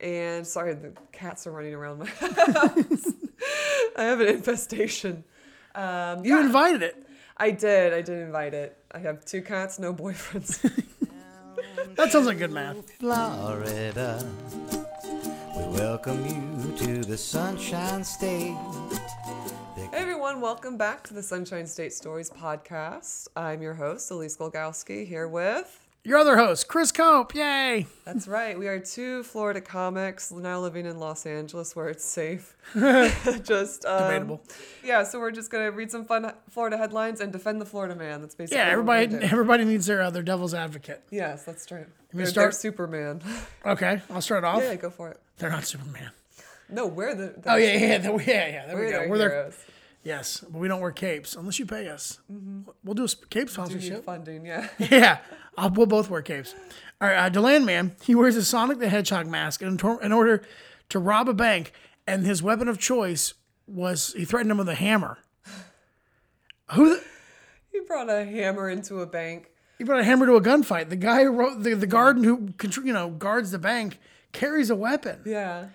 And sorry, the cats are running around my house. I have an infestation. Um, You yeah, invited it. I did. I did invite it. I have two cats, no boyfriends. That sounds like good math. Florida. We welcome you to the Sunshine State. hey everyone, welcome back to the Sunshine State Stories podcast. I'm your host, Elise Golgowski, here with. Your other host, Chris Cope. Yay. That's right. We are two Florida comics now living in Los Angeles where it's safe. just um, Debatable. Yeah, so we're just gonna read some fun Florida headlines and defend the Florida man. That's basically Yeah, what we're everybody gonna do. everybody needs their uh, their devil's advocate. Yes, that's true. me They're, to start? they're Superman. Okay, I'll start off. yeah, go for it. They're not Superman. No, we're the. the Oh yeah, yeah, yeah, yeah. yeah there we We're go. their We're there. heroes. Yes, but we don't wear capes unless you pay us. Mm-hmm. We'll do a sp- cape We need sponsorship. funding, yeah. yeah, I'll, we'll both wear capes. All right, uh, Deland Man, he wears a Sonic the Hedgehog mask in, tor- in order to rob a bank, and his weapon of choice was he threatened him with a hammer. Who? The- he brought a hammer into a bank. he brought a hammer to a gunfight. The guy who wrote the, the guard who contr- you know guards the bank carries a weapon. Yeah,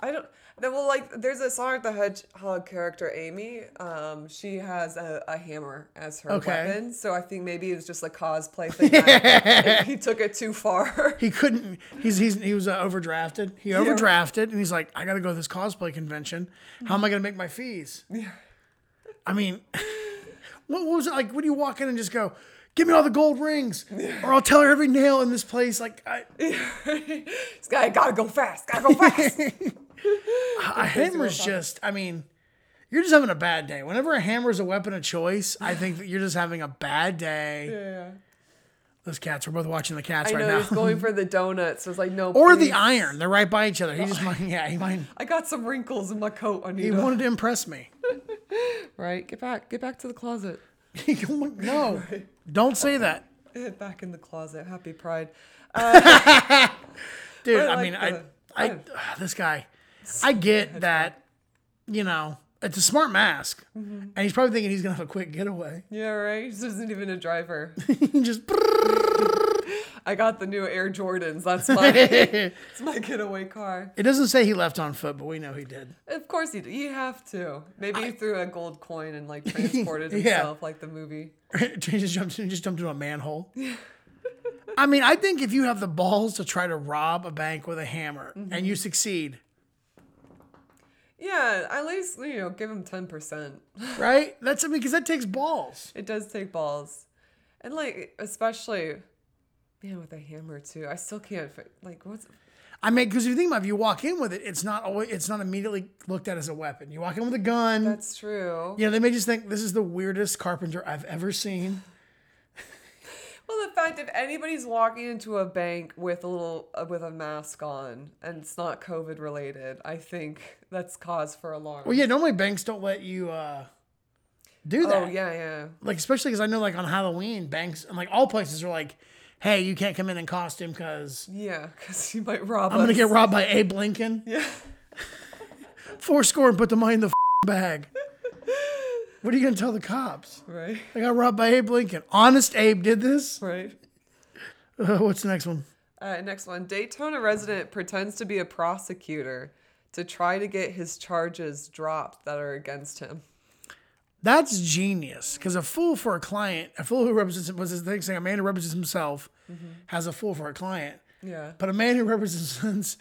I don't. then, Well, like there's a Sonic the Hedgehog character, Amy. Um, she has a, a hammer as her Okay. weapon, so I think maybe it was just a cosplay thing. that he took it too far. He couldn't. He's, he's he was uh, overdrafted. He overdrafted, and he's like, I gotta go to this cosplay convention. How am I gonna make my fees? Yeah. I mean, what, what was it like? When you walk in and just go, give me all the gold rings, or I'll tell her every nail in this place. Like I, this guy gotta go fast. Gotta go fast. a hammer's just. I mean, you're just having a bad day. Whenever a hammer's a weapon of choice, I think that you're just having a bad day. yeah. Those cats. We're both watching the cats I right know now. he's going for the donuts. So it's like no. Or the please. iron. They're right by each other. He just might, yeah, he might. I got some wrinkles in my coat. I He need. them. wanted to impress me. Right, get back, get back to the closet. no, don't say that, Eh, Back in the closet. Happy Pride. dude. I I, like mean, the- I, I, ugh, this guy, I get that. You know, it's a smart mask, Mm-hmm. and he's probably thinking he's gonna have a quick getaway. Yeah, right. This isn't even a driver. He can just. I got the new Air Jordans. That's my, it that's my getaway car. doesn't say he left on foot, but we know he did. Of course you do. You have to. Maybe he threw a gold coin and like transported Yeah. himself, like the movie. he just jumped, he just jumped into a manhole. I mean, I think if you have the balls to try to rob a bank with a hammer and you succeed, Yeah, at least you know, give him ten percent. right? That's I mean, because that takes balls. It does take balls, and like especially, man, with a hammer too. I still can't fi- like what's I mean, because if you think about, it, if you walk in with it, it's not always, it's not immediately looked at as a weapon. You walk in with a gun. that's true. you know, they may just think this is the weirdest carpenter I've ever seen. Well, the fact if anybody's walking into a bank with a little uh, with a mask on and it's not COVID related, I think that's cause for alarm. Well, yeah, normally banks don't let you uh, do that. Oh yeah, yeah. Like especially because I know, like on Halloween, banks and like all places are like, "Hey, you can't come in in costume because Yeah, because you might rob I'm gonna us. get robbed by Abe Lincoln." Yeah. Four score and put the money in the f***ing bag. What are you gonna tell the cops? Right, I got robbed by Abe Lincoln. Honest Abe did this. right. Uh, what's the next one? Uh, next one. Daytona resident pretends to be a prosecutor to try to get his charges dropped that are against him. That's genius. Because a fool for a client, a fool who represents was his thing saying a man who represents himself has a fool for a client, Yeah. but a man who represents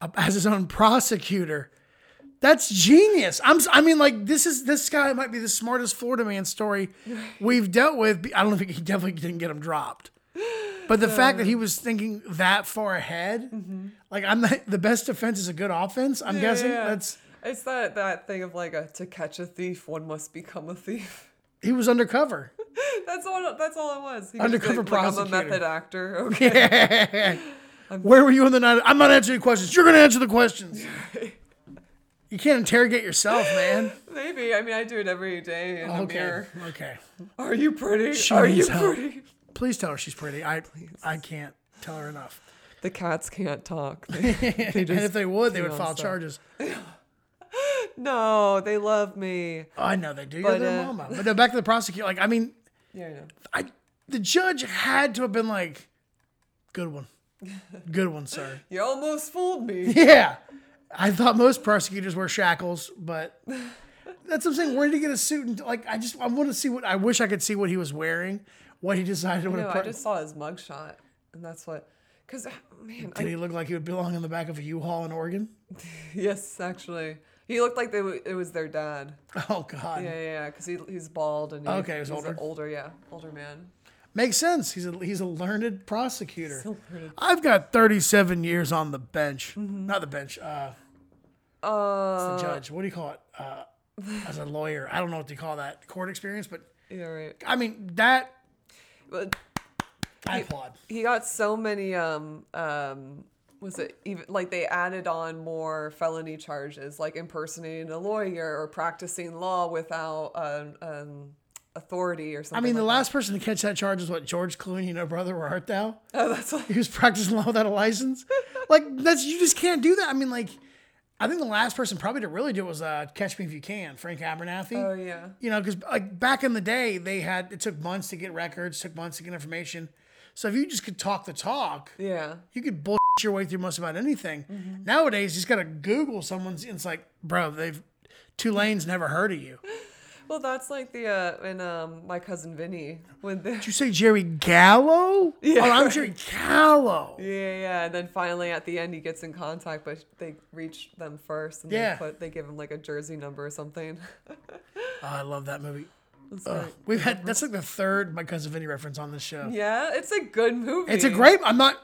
a, has his own prosecutor. That's genius. I'm. s- I mean, like this is this guy might be the smartest Florida man story we've dealt with. I don't think he definitely didn't get him dropped, but the fact that he was thinking that far ahead, like I'm not, the best defense is a good offense. I'm guessing Mm-hmm. yeah. that's It's that that thing of like a to catch a thief, one must become a thief. he was undercover. That's all. That's all it was. He was Undercover like, like, I'm a prosecutor. method actor. Okay. Where were you in the night? I'm not answering questions. You're going to answer the questions. you can't interrogate yourself, man. Maybe. I mean, I do it every day in the Okay. mirror. Okay. Are you pretty? Are you needs help. pretty? Please tell her she's pretty. I I can't tell her enough. The cats can't talk. They- they And just if they would, they would on file stuff. charges. No, they love me. I know they do. You're But, their uh, mama. But no, back to the prosecutor. Like, I mean, Yeah, I know. I the judge had to have been like, good one. Good one, sir. You almost fooled me. Yeah. I thought most prosecutors wear shackles, but that's what I'm saying. Where did he get a suit? And like, I just I want to see what I wish I could see what he was wearing, what he decided when No, to I put. just saw his mugshot, and that's what. Cause ah, man, Did I, he look like he would belong in the back of a U-Haul in Oregon? yes, actually, he looked like they, w- it was their dad. Oh God, Yeah, yeah, yeah. Cause he, he's bald and he, Okay, he's an older. older, yeah, older man. makes sense. He's a he's a learned prosecutor. So pretty. I've got 37 years on the bench, not the bench. Uh, Mm-hmm. Uh, the judge. What do you call it? Uh, as a lawyer, I don't know what you call that court experience, but yeah, right. I mean that But I applaud. he got so many um um was it even like they added on more felony charges like impersonating a lawyer or practicing law without um, um authority or I something mean, the like last person to catch that charge is what George Clooney, you know, brother, where art thou? that. oh that's like He was practicing law without a license. like that's you just can't do that. I mean, like I think the last person probably to really do it was uh, Catch Me If You Can, Frank Abernathy. oh yeah You know, because like back in the day, they had it took months to get records, took months to get information. So if you just could talk the talk, yeah you could bullshit your way through most about anything. Mm-hmm. Nowadays, you just gotta Google someone's. And it's like, bro, they've Tulane's never heard of you. Did well that's like the uh in um my cousin vinny when the you say Jerry Gallo? Yeah. Oh, I'm Jerry Gallo. yeah yeah and then finally at the end he gets in contact but they reach them first and Yeah. they put they give him like a jersey number or something Oh, I love that movie. That's Ugh. right. we've had that's like the third my cousin Vinny reference on this show. yeah it's a good movie It's a great. I'm not.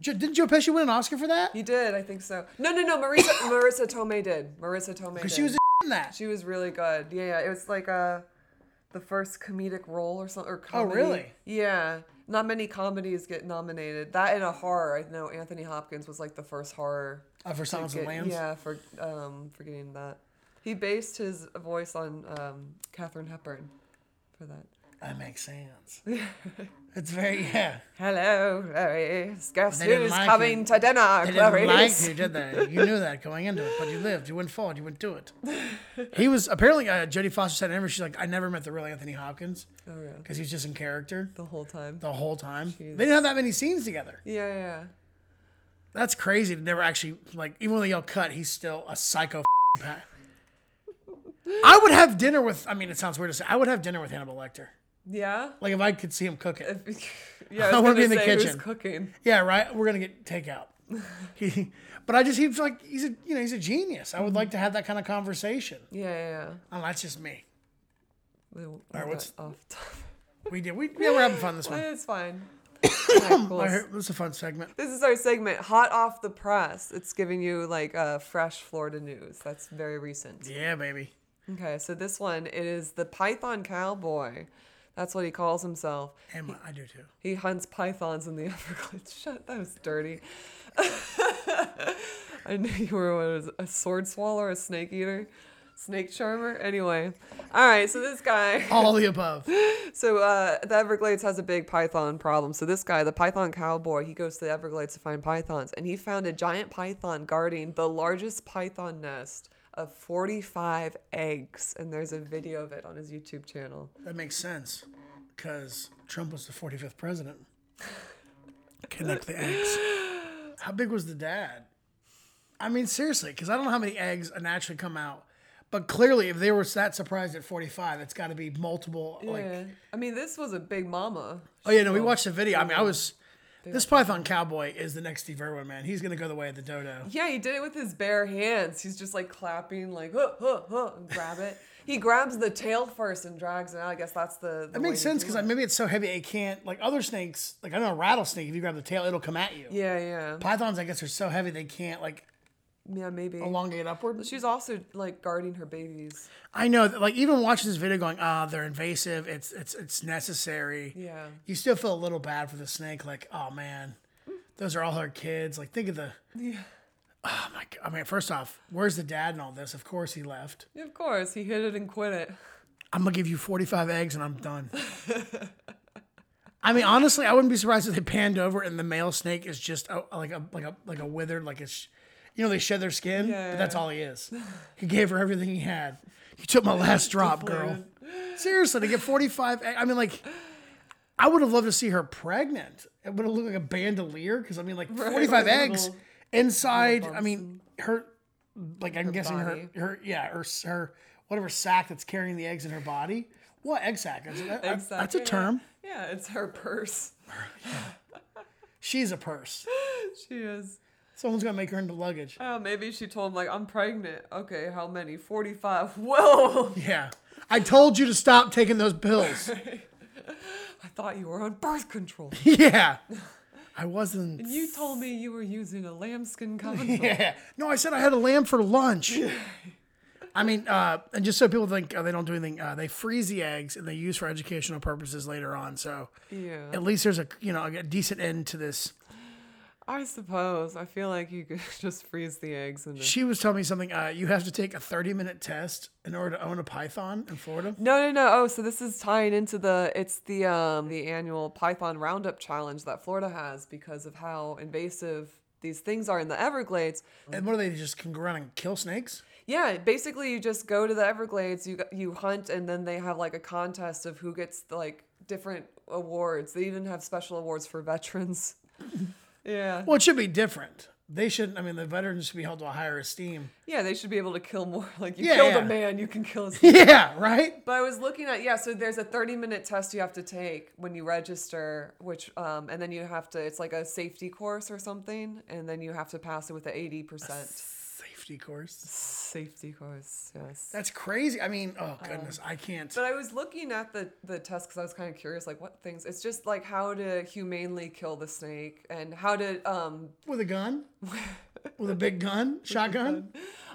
Jo- Didn't Joe Pesci win an Oscar for that? He did, I think so. No, no, no. Marissa Marissa Tomei did. Marissa Tomei. Did. Because she was a in that. she was really good. Yeah, yeah. It was like uh the first comedic role or something or comedy. Oh, really? Yeah. Not many comedies get nominated. That and a horror. I know Anthony Hopkins was like the first horror. Uh, for to Silence of the get- Lambs. Yeah, for um for getting that. He based his voice on um Katherine Hepburn for that. That makes sense. it's very yeah. Hello, Clarice. Guess They didn't who's like coming you. to dinner, They didn't Clarice? like you, did they? You knew that going into it, but you lived. You went forward. You went to it. He was apparently uh, Jodie Foster said in an interview. She's like, I never met the real Anthony Hopkins Oh yeah. because he was just in character The whole time. the whole time. Jeez. They didn't have that many scenes together. Yeah, yeah, yeah. That's crazy to never actually like. Even when they yell cut, he's still a psycho. bat. I would have dinner with. I mean, it sounds weird to say. I would have dinner with Hannibal Lecter. Yeah. Like if I could see him cook it. yeah, I I, wanna want to be in the Who's kitchen. cooking? Yeah, right. We're gonna get takeout. He, but I just he's like he's a you know he's a genius. I would like to have that kind of conversation. Yeah, yeah. Oh, that's just me. yeah. We, we right, what's- got off topic. We did. We yeah, we're having fun this one. It's fine. Alright, cool. I heard, this is a fun segment. This is our segment, hot off the press. It's giving you like uh, fresh Florida news. That's very recent. Yeah, baby. Okay, so this one it is the Python Cowboy. That's what he calls himself. Emma, I do too. He hunts pythons in the Everglades. Shut, that was dirty. I knew you were what is it, a sword swallower, a snake eater, snake charmer. Anyway, all right. So this guy. All the above. So uh, the Everglades has a big python problem. So this guy, the python cowboy, he goes to the Everglades to find pythons, and he found a giant python guarding the largest python nest of 45 eggs, and there's a video of it on his YouTube channel. That makes sense because Trump was the 45th president. Connect the eggs. How big was the dad? I mean, seriously, because I don't know how many eggs naturally come out. But clearly, if they were that surprised at 45, it's got to be multiple. Like, yeah. I mean, this was a big mama. oh, yeah, no, we watched the video. I mean, I was. This Python Cowboy is the next Steve Irwin, man. He's going to go the way of the dodo. Yeah, he did it with his bare hands. He's just like clapping, like huh, huh, huh, and grab it. he grabs the tail first and drags it out. I guess that's the. the That makes sense because maybe it's so heavy it can't. Like other snakes, like I know a rattlesnake, if you grab the tail, it'll come at you. Yeah, yeah, Pythons, I guess, are so heavy they can't like yeah, maybe. elongate upward. She's also like guarding her babies. I know, that, like even watching this video, going, "Ah, they're invasive. It's it's it's necessary." Yeah. You still feel a little bad for the snake, like, "Oh man, those are all her kids." Like, think of the. Yeah. Oh my god! I mean, first off, where's the dad in all this? Of course, he left. Of course, he hit it and quit it. I'm gonna give you 45 eggs, and I'm done. I mean, honestly, I wouldn't be surprised if they panned over and the male snake is just a, like a like a like a withered, like it's, you know, they shed their skin, but that's all he is. He gave her everything he had. You took my last drop, girl. Seriously, to get 45. egg- I mean, like, I would have loved to see her pregnant. It would have looked like a bandolier because I mean, like Right, forty five like a eggs little- inside. I mean, her like I'm guessing body. her her yeah her s- her whatever sack that's carrying the eggs in her body. Well, egg sack. That's, that- Egg sack, that's a yeah. term. Yeah, it's her purse. She's a purse. She is. Someone's gonna make her into luggage. Oh, maybe she told him like I'm pregnant. Okay, how many? Forty-five. Whoa! Yeah, I told you to stop taking those pills. I thought you were on birth control. yeah, I wasn't. You told me you were using a lambskin condom. Yeah. No, I said I had a lamb for lunch. I mean, uh, and just so people think uh, they don't do anything, uh, they freeze the eggs and they use for educational purposes later on. So Yeah. at least there's a you know a decent end to this. I suppose. I feel like you could just freeze the eggs and. She was telling me something. Uh, you have to take a 30 minute test in order to own a python in Florida. No, no, no. Oh, so this is tying into the it's the um the annual Python Roundup challenge that Florida has because of how invasive these things are in the Everglades. And what are they just can go around and kill snakes? Yeah, basically you just go to the Everglades, you you hunt, and then they have like a contest of who gets like different awards. They even have special awards for veterans. Yeah, Well, it should be different. They shouldn't. I mean, the veterans should be held to a higher esteem. yeah, they should be able to kill more. Like you Yeah, killed yeah. a man, you can kill a. snake. Yeah. Right. But I was looking at yeah, so there's a 30 minute test you have to take when you register, which um, and then you have to it's like a safety course or something, and then you have to pass it with a 80 percent Safety course. safety course. Yes. That's crazy. I mean, oh goodness, I can't. But I was looking at the the test because I was kind of curious, like what things. It's just like how to humanely kill the snake and how to um With a gun? With a big gun? Shotgun?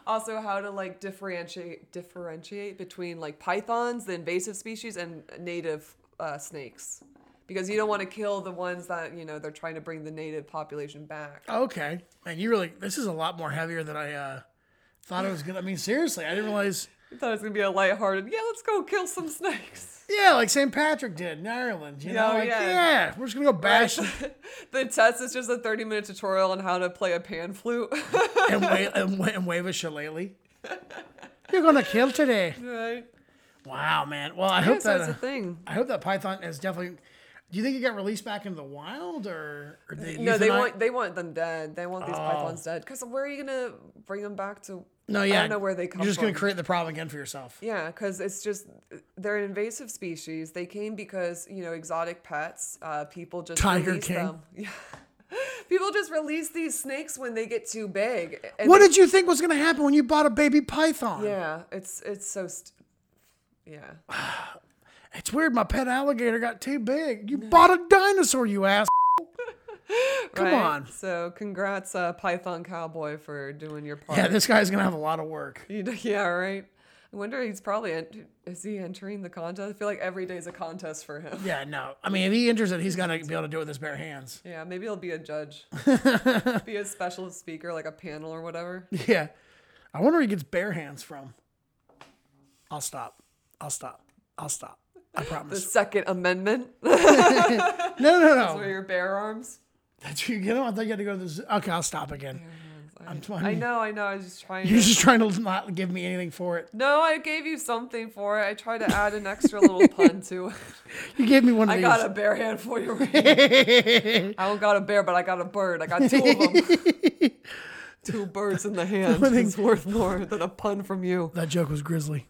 also how to like differentiate differentiate between like pythons, the invasive species, and native uh, snakes, because you don't want to kill the ones that you know they're trying to bring the native population back. Okay. Man, you really, this is a lot more heavier than I uh, thought it was going to. I mean, seriously, I didn't realize. I thought it was gonna be a lighthearted, yeah, let's go kill some snakes. Yeah, like St. Patrick did in Ireland. You Yeah, know, like, yeah. Oh, yeah. we're just going to go bash the test is just a 30 minute tutorial on how to play a pan flute. and, wa- and, wa- and wave a shillelagh. You're going to kill today. right? Wow, man. Well, I hope so it's that, uh, a thing. I hope that Python is definitely, do you think it got released back into the wild or, or they No, they euthani- want they want them dead. They want these Oh. pythons dead. Because where are you gonna bring them back to? No, I yeah. don't know where they come You're just from. going to create the problem again for yourself. yeah, because it's just they're an invasive species. They came because you know exotic pets. Uh, people just Tiger release King. Them. Yeah. People just release these snakes when they get too big. and What they- did you think was going to happen when you bought a baby python? Yeah, it's it's so. St- yeah. It's weird. My pet alligator got too big. You bought a dinosaur, you ass. Come Right? on. So congrats, uh, Python Cowboy, for doing your part. Yeah, this guy's gonna have a lot of work. You know- yeah, right. I wonder he's probably en- is he entering the contest? I feel like every day's a contest for him. Yeah, no. I mean, if he enters it, he's gonna be able to do it with his bare hands. Yeah, maybe he'll be a judge, be a special speaker, like a panel or whatever. Yeah. I wonder where he gets bare hands from. I'll stop. I'll stop. I'll stop. I The promise. Second Amendment Oh. No, no, for no. your bare arms. That's you get him. I thought you had to go to the zoo. Okay, I'll stop again. I'm I trying. know, I know. I was just trying. Hmm. You're To... just trying to not give me anything for it. No, I gave you something for it. I tried to add an extra little pun to it. You gave me one of I these. got a bear hand for you. Randy. I don't got a bear, but I got a bird. I got two of them. two birds in the hand. It's worth more than a pun from you. that joke was grisly.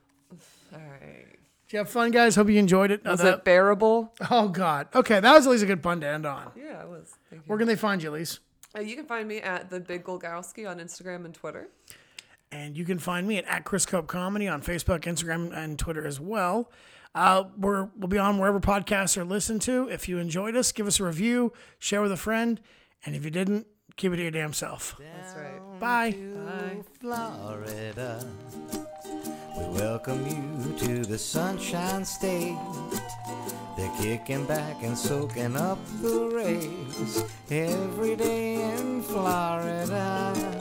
All right. Did you have fun, guys? Hope you enjoyed it. Uh, Was the- it bearable? Oh God. Okay, that was at least a good pun to end on. Yeah, it was. Thank you. Where can they find you, Elise? Uh, you can find me at the Big Golgowski on Instagram and Twitter. And you can find me at, at Chris Cope Comedy on Facebook, Instagram, and Twitter as well. Uh, we're, we'll be on wherever podcasts are listened to. If you enjoyed us, give us a review, share with a friend, and if you didn't, keep it to your damn self. That's right. Bye. Bye. Florida. We welcome you to the Sunshine State. They're kicking back and soaking up the rays every day in Florida.